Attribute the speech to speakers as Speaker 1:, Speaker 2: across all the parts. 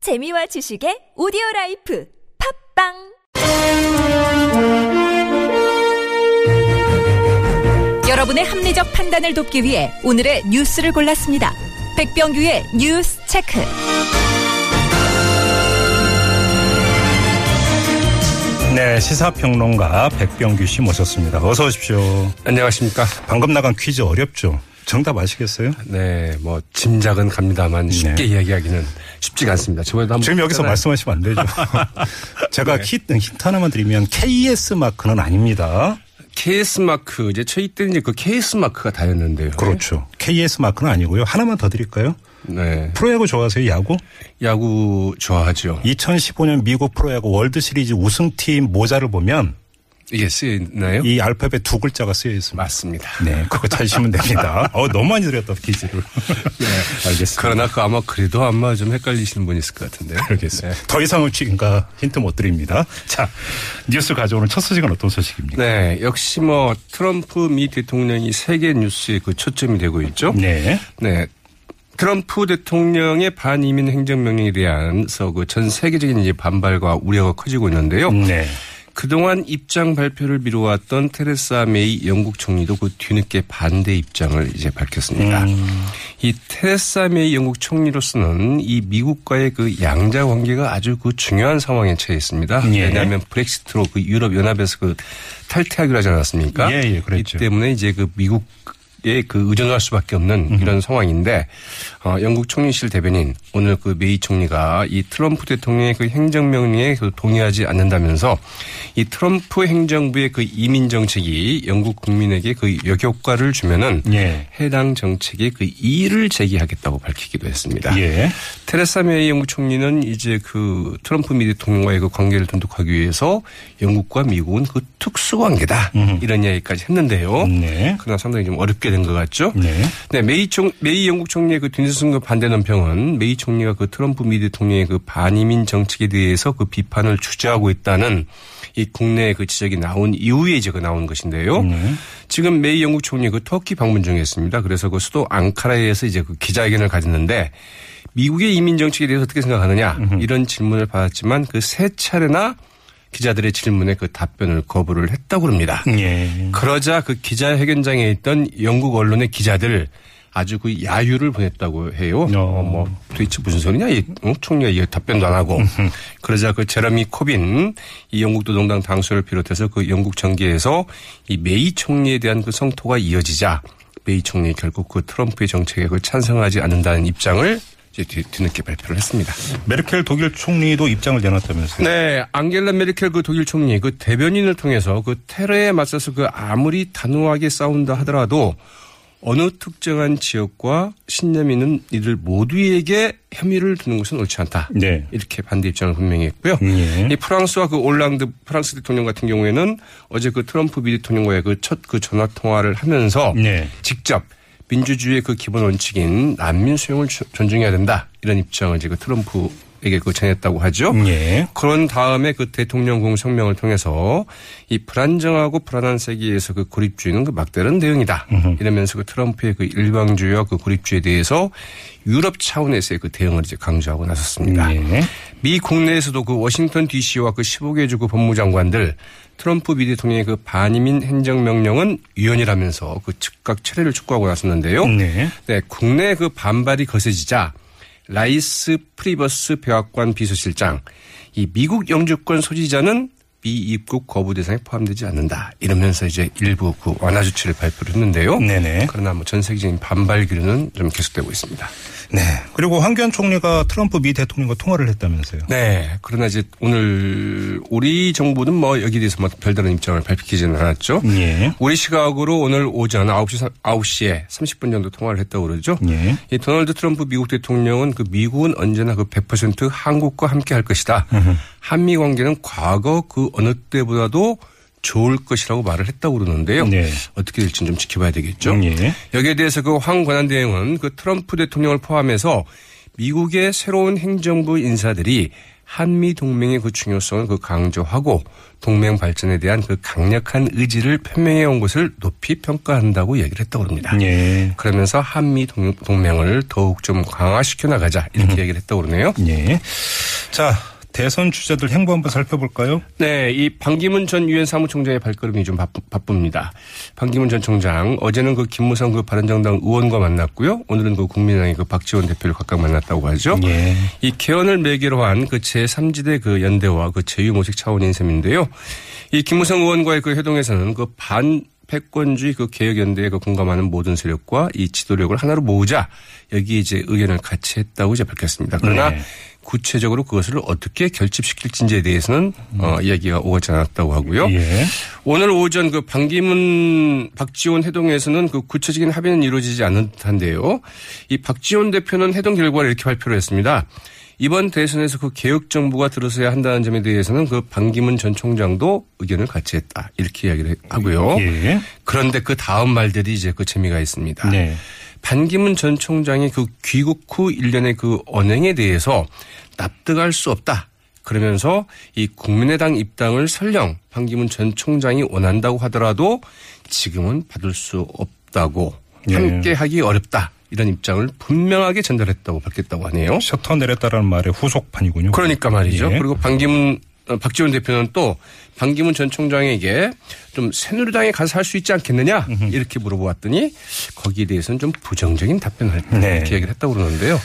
Speaker 1: 재미와 지식의 오디오 라이프 팝빵 여러분의 합리적 판단을 돕기 위해 오늘의 뉴스를 골랐습니다. 백병규의 뉴스 체크.
Speaker 2: 네, 시사평론가 백병규 씨 모셨습니다. 어서 오십시오.
Speaker 3: 안녕하십니까.
Speaker 2: 방금 나간 퀴즈 어렵죠? 정답 아시겠어요?
Speaker 3: 네, 뭐 짐작은 갑니다만 쉽게 이야기하기는 쉽지가 않습니다. 저번에도 한번
Speaker 2: 네. 지금 여기서
Speaker 3: 했잖아요.
Speaker 2: 말씀하시면 안 되죠. 제가 네, 힌트, 힌트 하나만 드리면 KS 마크는 아닙니다.
Speaker 3: KS 마크 이제 저희 때는 이제 그 KS 마크가 다였는데요.
Speaker 2: 그렇죠. KS 마크는 아니고요. 하나만 더 드릴까요?
Speaker 3: 네,
Speaker 2: 프로야구 좋아하세요? 야구?
Speaker 3: 야구 좋아하죠.
Speaker 2: 2015년 미국 프로야구 월드 시리즈 우승팀 모자를 보면
Speaker 3: 이게 쓰였나요?
Speaker 2: 이 알파벳 두 글자가 쓰여 있습니다.
Speaker 3: 맞습니다.
Speaker 2: 네, 그거 찾으시면 됩니다. 어, 너무 많이 드렸다, 퀴즈를. 네, 알겠습니다.
Speaker 3: 그러나 그 아마 그래도 아마 좀 헷갈리시는 분이 있을 것 같은데.
Speaker 2: 알겠습니다.
Speaker 3: 네.
Speaker 2: 더 이상은 그러니까 힌트 못 드립니다. 자, 뉴스 가져오는 첫 소식은 어떤 소식입니까?
Speaker 3: 네, 역시 뭐 트럼프 미 대통령이 세계 뉴스의 그 초점이 되고 있죠.
Speaker 2: 네.
Speaker 3: 네. 트럼프 대통령의 반이민 행정명령에 대한서 그 전 세계적인 이제 반발과 우려가 커지고 있는데요.
Speaker 2: 네.
Speaker 3: 그동안 입장 발표를 미뤄왔던 테레사 메이 영국 총리도 그 뒤늦게 반대 입장을 이제 밝혔습니다.
Speaker 2: 음.
Speaker 3: 이 테레사 메이 영국 총리로서는 이 미국과의 그 양자 관계가 아주 그 중요한 상황에 처해 있습니다.
Speaker 2: 예.
Speaker 3: 왜냐하면 브렉시트로 그 유럽 연합에서 그 탈퇴하기로 하지 않았습니까?
Speaker 2: 예, 예, 그랬죠.
Speaker 3: 이 때문에 이제 그 미국 에그 의존할 수밖에 없는 이런 상황인데 어, 영국 총리실 대변인 오늘 그 메이 총리가 이 트럼프 대통령의 그 행정명령에 그 동의하지 않는다면서 이 트럼프 행정부의 그 이민 정책이 영국 국민에게 그 역효과를 주면은
Speaker 2: 예.
Speaker 3: 해당 정책의 그 이의를 제기하겠다고 밝히기도 했습니다.
Speaker 2: 예.
Speaker 3: 테레사 메이 영국 총리는 이제 그 트럼프 미 대통령과의 그 관계를 돈독하기 위해서 영국과 미국은 그 특수 관계다 이런 이야기까지 했는데요.
Speaker 2: 음. 네.
Speaker 3: 그러나 상당히 좀 어렵게 된 것 같죠.
Speaker 2: 네.
Speaker 3: 네, 메이 총 메이 영국 총리의 그 뒤늦은 반대 논평은 메이 총리가 그 트럼프 미 대통령의 그 반이민 정책에 대해서 그 비판을 주저하고 있다는 이 국내의 그 지적이 나온 이후에 이제 그 나온 것인데요. 지금 메이 영국 총리 그 터키 방문 중에 있습니다. 그래서 그 수도 앙카라에서 이제 그 기자회견을 가졌는데 미국의 이민 정책에 대해서 어떻게 생각하느냐 이런 질문을 받았지만 그 세 차례나 기자들의 질문에 그 답변을 거부를 했다고 합니다.
Speaker 2: 예.
Speaker 3: 그러자 그 기자회견장에 있던 영국 언론의 기자들 아주 그 야유를 보냈다고 해요. 어, 뭐 도대체 무슨 소리냐? 이 어? 총리가 이 답변도 안 하고 그러자 그 제러미 코빈 이 영국 노동당 당수를 비롯해서 그 영국 정계에서 이 메이 총리에 대한 그 성토가 이어지자 메이 총리 결국 그 트럼프의 정책에 그 찬성하지 않는다는 입장을 이제 뒤- 뒤늦게 발표를 했습니다.
Speaker 2: 메르켈 독일 총리도 입장을 내놨다면서요?
Speaker 3: 네, 앙겔라 메르켈 그 독일 총리 그 대변인을 통해서 그 테러에 맞서서 그 아무리 단호하게 싸운다 하더라도 어느 특정한 지역과 신념 있는 이들 모두에게 혐의를 두는 것은 옳지 않다.
Speaker 2: 네.
Speaker 3: 이렇게 반대 입장을 분명히 했고요.
Speaker 2: 예.
Speaker 3: 이 프랑스와 그 올랑드 프랑스 대통령 같은 경우에는 어제 그 트럼프 미 대통령과의 그 첫 그 전화 통화를 하면서
Speaker 2: 네.
Speaker 3: 직접 민주주의의 그 기본 원칙인 난민 수용을 주- 존중해야 된다 이런 입장을 이제 그 트럼프에게 그 전했다고 하죠.
Speaker 2: 예.
Speaker 3: 그런 다음에 그 대통령궁 성명을 통해서 이 불안정하고 불안한 세계에서 그 고립주의는 그 막다른 대응이다. 이러면서 그 트럼프의 그 일방주의와 그 고립주의에 대해서 유럽 차원에서의 그 대응을 이제 강조하고 나섰습니다.
Speaker 2: 예.
Speaker 3: 미 국내에서도 그 워싱턴 DC와 그 15개 주그 법무장관들 트럼프 미 대통령의 그 반이민 행정명령은 위헌이라면서 그 즉각 철회를 촉구하고 나섰는데요.
Speaker 2: 네.
Speaker 3: 네, 국내 그 반발이 거세지자 라이스 프리버스 백악관 비서실장 이 미국 영주권 소지자는 미 입국 거부 대상에 포함되지 않는다 이러면서 이제 일부 그 완화 조치를 발표를 했는데요.
Speaker 2: 네네.
Speaker 3: 그러나 뭐 전 세계적인 반발 기류는 좀 계속되고 있습니다.
Speaker 2: 네. 그리고 황교안 총리가 트럼프 미 대통령과 통화를 했다면서요?
Speaker 3: 네. 그러나 이제 오늘 우리 정부는 뭐 여기에 대해서 뭐 별다른 입장을 밝히지는 않았죠.
Speaker 2: 예.
Speaker 3: 우리 시각으로 오늘 오전 9시, 삼- 9시에 30분 정도 통화를 했다고 그러죠.
Speaker 2: 예.
Speaker 3: 이 도널드 트럼프 미국 대통령은 그 미국은 언제나 그 100% 한국과 함께 할 것이다. 한미 관계는 과거 그 어느 때보다도 좋을 것이라고 말을 했다고 그러는데요.
Speaker 2: 네.
Speaker 3: 어떻게 될지는 좀 지켜봐야 되겠죠.
Speaker 2: 예.
Speaker 3: 여기에 대해서 그 황권한 대행은 그 트럼프 대통령을 포함해서 미국의 새로운 행정부 인사들이 한미 동맹의 그 중요성을 그 강조하고 동맹 발전에 대한 그 강력한 의지를 표명해 온 것을 높이 평가한다고 얘기를 했다고 합니다. 네.
Speaker 2: 예.
Speaker 3: 그러면서 한미 동- 동맹을 더욱 좀 강화시켜 나가자 이렇게 얘기를 했다고 그러네요.
Speaker 2: 예. 자, 대선 주자들 행보 한번 살펴볼까요?
Speaker 3: 네, 이 반기문 전 유엔 사무총장의 발걸음이 좀 바쁘, 바쁩니다. 반기문 전 총장 어제는 그 김무성 그 바른정당 의원과 만났고요. 오늘은 그 국민의당의 그 박지원 대표를 각각 만났다고 하죠.
Speaker 2: 예.
Speaker 3: 이 개헌을 매개로 한 그 제3지대 그 연대와 그 제휴모색 차원인 셈인데요. 이 김무성 의원과의 그 회동에서는 그 반 패권주의 그 개혁연대에 그 공감하는 모든 세력과 이 지도력을 하나로 모으자 여기 이제 의견을 같이 했다고 이제 밝혔습니다. 그러나
Speaker 2: 네.
Speaker 3: 구체적으로 그것을 어떻게 결집시킬지에 대해서는 어, 이야기가 오가지 않았다고 하고요.
Speaker 2: 음. 예.
Speaker 3: 오늘 오전 그 반기문 박지원 회동에서는 그 구체적인 합의는 이루어지지 않은 듯한데요. 이 박지원 대표는 회동 결과를 이렇게 발표를 했습니다. 이번 대선에서 그 개혁 정부가 들어서야 한다는 점에 대해서는 그 반기문 전 총장도 의견을 같이 했다 이렇게 이야기를 하고요.
Speaker 2: 예.
Speaker 3: 그런데 그 다음 말들이 이제 그 재미가 있습니다.
Speaker 2: 네.
Speaker 3: 반기문 전 총장이 그 귀국 후 일련의 그 언행에 대해서 납득할 수 없다. 그러면서 이 국민의당 입당을 설령 반기문 전 총장이 원한다고 하더라도 지금은 받을 수 없다고
Speaker 2: 예.
Speaker 3: 함께하기 어렵다. 이런 입장을 분명하게 전달했다고 밝혔다고 하네요.
Speaker 2: 셔터 내렸다라는 말의 후속판이군요.
Speaker 3: 그러니까 말이죠.
Speaker 2: 예.
Speaker 3: 그리고 반기문 어, 박지원 대표는 또 반기문 전 총장에게 좀 새누리당에 가서 할 수 있지 않겠느냐 이렇게 물어보았더니 거기에 대해서는 좀 부정적인 답변을 했다
Speaker 2: 네.
Speaker 3: 이렇게 얘기를 했다고 그러는데요.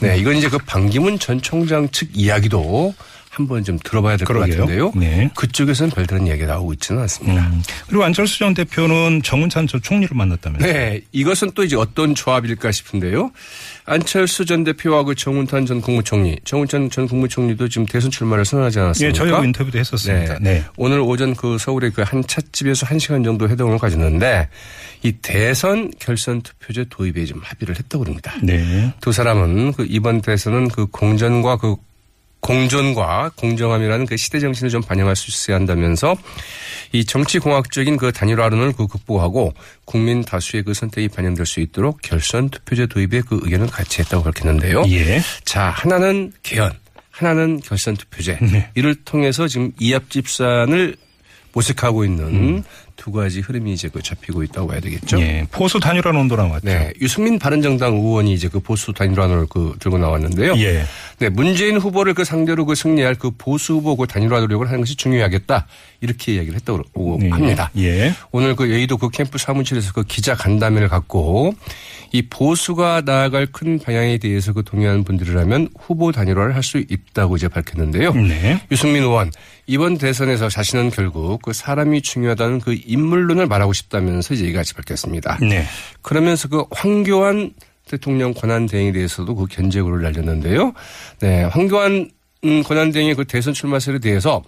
Speaker 3: 네, 이건 이제 그 반기문 전 총장 측 이야기도 한번 좀 들어봐야 될 것
Speaker 2: 그러게요.
Speaker 3: 같은데요.
Speaker 2: 네.
Speaker 3: 그쪽에서는 별다른 이야기가 나오고 있지는 않습니다.
Speaker 2: 음. 그리고 안철수 전 대표는 정은찬 전 총리를 만났다면서요?
Speaker 3: 네, 이것은 또 이제 어떤 조합일까 싶은데요. 안철수 전 대표와 그 정운탄 전 국무총리, 정운찬 전 국무총리도 지금 대선 출마를 선언하지 않았습니까?
Speaker 2: 예, 저희하고 인터뷰도 했었습니다. 네.
Speaker 3: 오늘 오전 그 서울의 그 한 찻집에서 한 시간 정도 회동을 가졌는데 이 대선 결선 투표제 도입에 좀 합의를 했다고 합니다.
Speaker 2: 네.
Speaker 3: 두 사람은 그 이번 대선은 그 공전과 그 공존과 공정함이라는 그 시대 정신을 좀 반영할 수 있어야 한다면서 이 정치공학적인 그 단일화론을 그 극복하고 국민 다수의 그 선택이 반영될 수 있도록 결선 투표제 도입에 그 의견을 같이 했다고 밝혔는데요.
Speaker 2: 예.
Speaker 3: 자, 하나는 개헌, 하나는 결선 투표제.
Speaker 2: 네.
Speaker 3: 이를 통해서 지금 이합집산을 모색하고 있는 두 가지 흐름이 이제 그 잡히고 있다고 봐야 되겠죠.
Speaker 2: 예. 포수 단일화 논도 나왔죠.
Speaker 3: 네. 유승민 바른정당 의원이 이제 그 보수 단일화론을 그 들고 나왔는데요.
Speaker 2: 예.
Speaker 3: 네. 문재인 후보를 그 상대로 그 승리할 그 보수 후보 그 단일화 노력을 하는 것이 중요하겠다. 이렇게 이야기를 했다고
Speaker 2: 네.
Speaker 3: 합니다.
Speaker 2: 예.
Speaker 3: 오늘 그 여의도 그 캠프 사무실에서 그 기자 간담회를 갖고 이 보수가 나아갈 큰 방향에 대해서 그 동의하는 분들이라면 후보 단일화를 할 수 있다고 이제 밝혔는데요.
Speaker 2: 네.
Speaker 3: 유승민 의원 이번 대선에서 자신은 결국 그 사람이 중요하다는 그 인물론을 말하고 싶다면서 이제 이같이 밝혔습니다.
Speaker 2: 네.
Speaker 3: 그러면서 그 황교안 대통령 권한대행에 대해서도 그 견제구를 날렸는데요. 네, 황교안 음, 권한대행의 그 대선 출마설에 대해서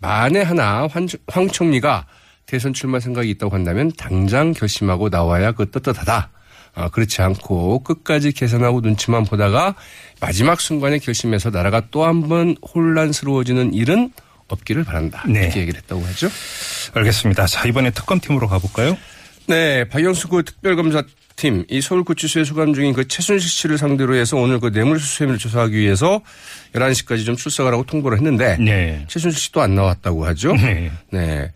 Speaker 3: 만에 하나 황, 황 총리가 대선 출마 생각이 있다고 한다면 당장 결심하고 나와야 그 떳떳하다. 아, 그렇지 않고 끝까지 계산하고 눈치만 보다가 마지막 순간에 결심해서 나라가 또 한 번 혼란스러워지는 일은 없기를 바란다.
Speaker 2: 네.
Speaker 3: 이렇게 얘기를 했다고 하죠.
Speaker 2: 알겠습니다. 자, 이번에 특검팀으로 가볼까요?
Speaker 3: 네, 박영수 그 특별검사팀 이 서울구치소에 수감 중인 그 최순실 씨를 상대로 해서 오늘 그 뇌물수수 혐의를 조사하기 위해서 11시까지 좀 출석을 하고 통보를 했는데
Speaker 2: 네.
Speaker 3: 최순실 씨도 안 나왔다고 하죠.
Speaker 2: 네.
Speaker 3: 네.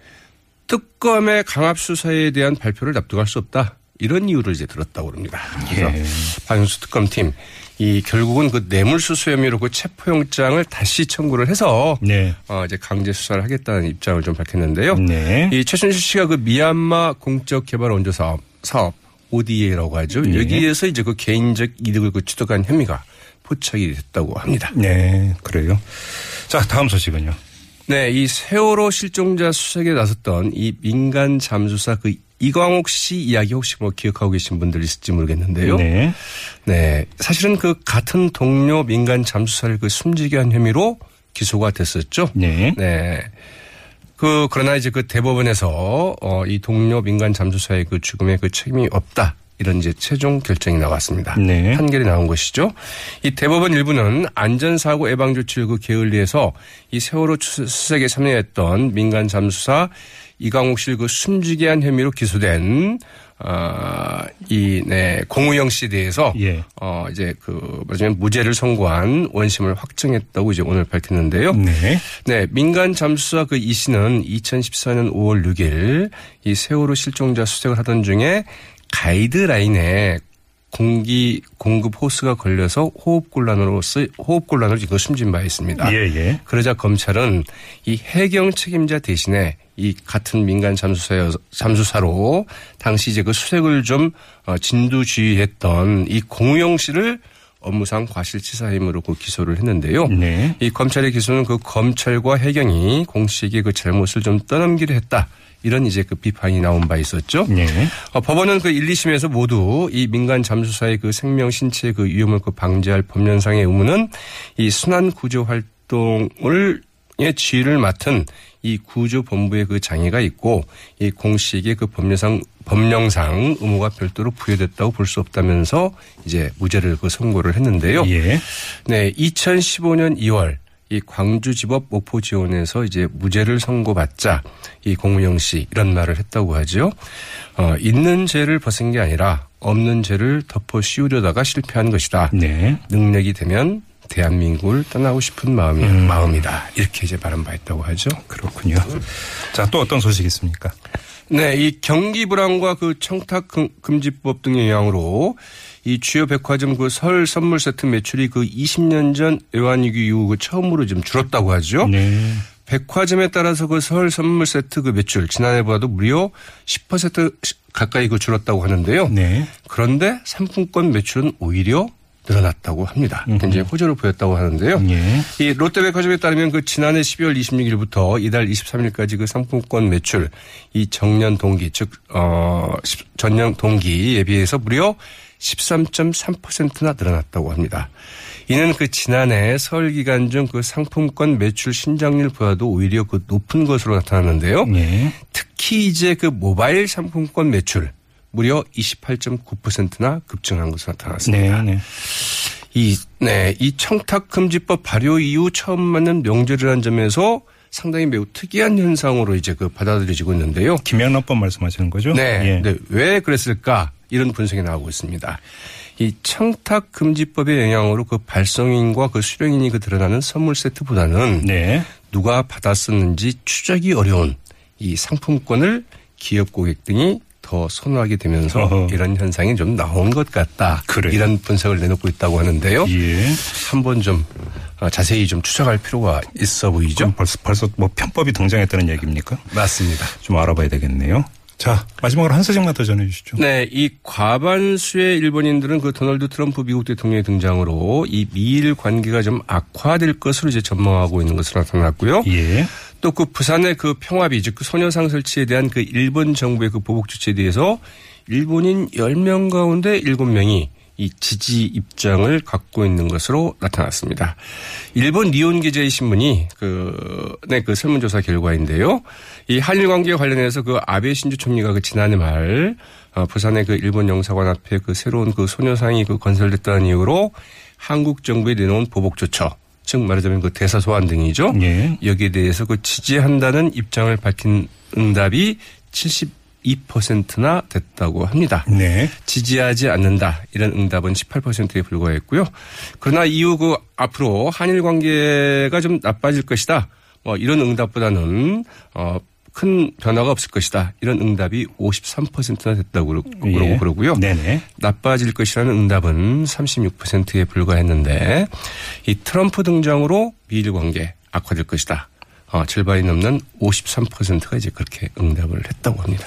Speaker 3: 특검의 강압 수사에 대한 발표를 납득할 수 없다. 이런 이유를 이제 들었다고 합니다. 그래서
Speaker 2: 예.
Speaker 3: 박영수 특검팀 이 결국은 그 뇌물수수 혐의로 그 체포영장을 다시 청구를 해서
Speaker 2: 네.
Speaker 3: 어, 이제 강제 수사를 하겠다는 입장을 좀 밝혔는데요.
Speaker 2: 네.
Speaker 3: 이 최순실 씨가 그 미얀마 공적 개발 원조 사업 사업 ODA라고 하죠.
Speaker 2: 예.
Speaker 3: 여기에서 이제 그 개인적 이득을 그 취득한 혐의가 포착이 됐다고 합니다.
Speaker 2: 네. 그래요. 자, 다음 소식은요.
Speaker 3: 네, 이 세월호 실종자 수색에 나섰던 이 민간 잠수사 그 이광옥 씨 이야기 혹시 뭐 기억하고 계신 분들 있을지 모르겠는데요.
Speaker 2: 네.
Speaker 3: 네, 사실은 그 같은 동료 민간 잠수사를 그 숨지게 한 혐의로 기소가 됐었죠.
Speaker 2: 네.
Speaker 3: 네. 그 그러나 이제 그 대법원에서 어, 이 동료 민간 잠수사의 그 죽음에 그 책임이 없다. 이런 이제 최종 결정이 나왔습니다.
Speaker 2: 네.
Speaker 3: 판결이 나온 것이죠. 이 대법원 일부는 안전사고 예방 조치를 그 게을리해서 이 세월호 추- 수색에 참여했던 민간 잠수사 이강옥 씨를 그 숨지게 한 혐의로 기소된 아, 아이네 공우영 씨에 대해서
Speaker 2: 예.
Speaker 3: 어 이제 그 마지막 무죄를 선고한 원심을 확정했다고 이제 오늘 밝혔는데요.
Speaker 2: 네.
Speaker 3: 네, 민간 잠수사 그 이 씨는 2014년 5월 6일 이 세월호 실종자 수색을 하던 중에 가이드라인에 공기 공급 호스가 걸려서 호흡 곤란으로 쓰, 호흡 곤란으로 지금 숨진 바 있습니다.
Speaker 2: 예, 예.
Speaker 3: 그러자 검찰은 이 해경 책임자 대신에 이 같은 민간 잠수사 잠수사로 당시 이제 그 수색을 좀 어, 진두지휘했던 이 공우영 씨를 업무상 과실치사 혐의로 그 기소를 했는데요.
Speaker 2: 네.
Speaker 3: 이 검찰의 기소는 그 검찰과 해경이 공식의 그 잘못을 좀 떠넘기려 했다. 이런 이제 그 비판이 나온 바 있었죠.
Speaker 2: 네.
Speaker 3: 어, 법원은 그 1, 2심에서 모두 이 민간 잠수사의 그 생명 신체의 그 위험을 그 방지할 법령상의 의무는 이 순환 구조 활동을 의 지휘를 맡은 이 구조 본부의 그 장애가 있고 이 공식의 그 법령상 법령상 의무가 별도로 부여됐다고 볼 수 없다면서 이제 무죄를 그 선고를 했는데요.
Speaker 2: 예.
Speaker 3: 네, 2015년 2월 이 광주지법 목포지원에서 이제 무죄를 선고받자 이 공우영 씨 이런 말을 했다고 하죠. 어, 있는 죄를 벗은 게 아니라 없는 죄를 덮어 씌우려다가 실패한 것이다.
Speaker 2: 네.
Speaker 3: 능력이 되면 대한민국을 떠나고 싶은 마음이, 마음이다. 이렇게 이제 발언 바 있다고 하죠.
Speaker 2: 그렇군요. 자, 또 어떤 소식이 있습니까?
Speaker 3: 네, 이 경기 불황과 그 청탁 금- 금지법 등의 영향으로 이 주요 백화점 그 설 선물 세트 매출이 그 20년 전 애완이기 이후 그 처음으로 좀 줄었다고 하죠.
Speaker 2: 네.
Speaker 3: 백화점에 따라서 그 설 선물 세트 그 매출 지난해보다도 무려 10% 가까이 그 줄었다고 하는데요.
Speaker 2: 네.
Speaker 3: 그런데 상품권 매출은 오히려 늘어났다고 합니다. 굉장히 호조를 보였다고 하는데요.
Speaker 2: 예.
Speaker 3: 이 롯데백화점에 따르면 그 지난해 12월 26일부터 이달 23일까지 그 상품권 매출 이 정년 동기 즉 어, 십- 전년 동기에 비해서 무려 13.3%나 늘어났다고 합니다. 이는 그 지난해 설 기간 중 그 상품권 매출 신장률보다도 오히려 그 높은 것으로 나타났는데요.
Speaker 2: 네.
Speaker 3: 특히 이제 그 모바일 상품권 매출 무려 28.9%나 급증한 것으로 나타났습니다.
Speaker 2: 네. 네.
Speaker 3: 이, 네, 이 청탁금지법 발효 이후 처음 맞는 명절이라는 점에서 상당히 매우 특이한 현상으로 이제 그 받아들여지고 있는데요.
Speaker 2: 김영란법 말씀하시는 거죠?
Speaker 3: 네,
Speaker 2: 예.
Speaker 3: 네, 왜 그랬을까 이런 분석이 나오고 있습니다. 이 청탁금지법의 영향으로 그 발송인과 그 수령인이 그 드러나는 선물 세트보다는
Speaker 2: 네.
Speaker 3: 누가 받았었는지 추적이 어려운 이 상품권을 기업 고객 등이 더 선호하게 되면서
Speaker 2: 어허.
Speaker 3: 이런 현상이 좀 나온 것 같다.
Speaker 2: 그래요.
Speaker 3: 이런 분석을 내놓고 있다고 하는데요.
Speaker 2: 예.
Speaker 3: 한번 좀 어, 자세히 좀 추적할 필요가 있어 보이죠?
Speaker 2: 그럼 벌써 벌써 뭐 편법이 등장했다는 얘기입니까?
Speaker 3: 맞습니다.
Speaker 2: 좀 알아봐야 되겠네요. 자, 마지막으로 한 소식만 더 전해 주시죠.
Speaker 3: 네, 이 과반수의 일본인들은 그 도널드 트럼프 미국 대통령의 등장으로 이 미일 관계가 좀 악화될 것으로 이제 전망하고 있는 것으로 나타났고요.
Speaker 2: 예.
Speaker 3: 또 그 부산의 그 평화비 즉 그 소녀상 설치에 대한 그 일본 정부의 그 보복 조치에 대해서 일본인 10명 가운데 7명이 이 지지 입장을 갖고 있는 것으로 나타났습니다. 일본 니온 기자의 신문이 그, 네, 그 설문조사 결과인데요. 이 한일 관계 관련해서 그 아베 신조 총리가 그 지난해 말 어, 부산의 그 일본 영사관 앞에 그 새로운 그 소녀상이 그 건설됐다는 이유로 한국 정부에 내놓은 보복 조처 즉 말하자면 그 대사 소환 등이죠.
Speaker 2: 예.
Speaker 3: 여기에 대해서 그 지지한다는 입장을 밝힌 응답이 72%나 됐다고 합니다.
Speaker 2: 네.
Speaker 3: 지지하지 않는다 이런 응답은 18%에 불과했고요. 그러나 이후 그 앞으로 한일 관계가 좀 나빠질 것이다. 뭐 이런 응답보다는 어, 큰 변화가 없을 것이다. 이런 응답이 53%나 됐다고 그러- 그러고
Speaker 2: 예.
Speaker 3: 그러고요.
Speaker 2: 네네.
Speaker 3: 나빠질 것이라는 응답은 36%에 불과했는데 이 트럼프 등장으로 미일 관계 악화될 것이다. 어, 절반이 넘는 53%가 이제 그렇게 응답을 했다고 합니다.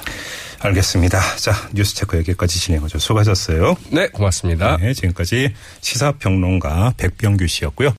Speaker 2: 알겠습니다. 자, 뉴스 체크 여기까지 진행하죠. 수고하셨어요.
Speaker 3: 네, 고맙습니다.
Speaker 2: 네, 지금까지 시사평론가 백병규 씨였고요.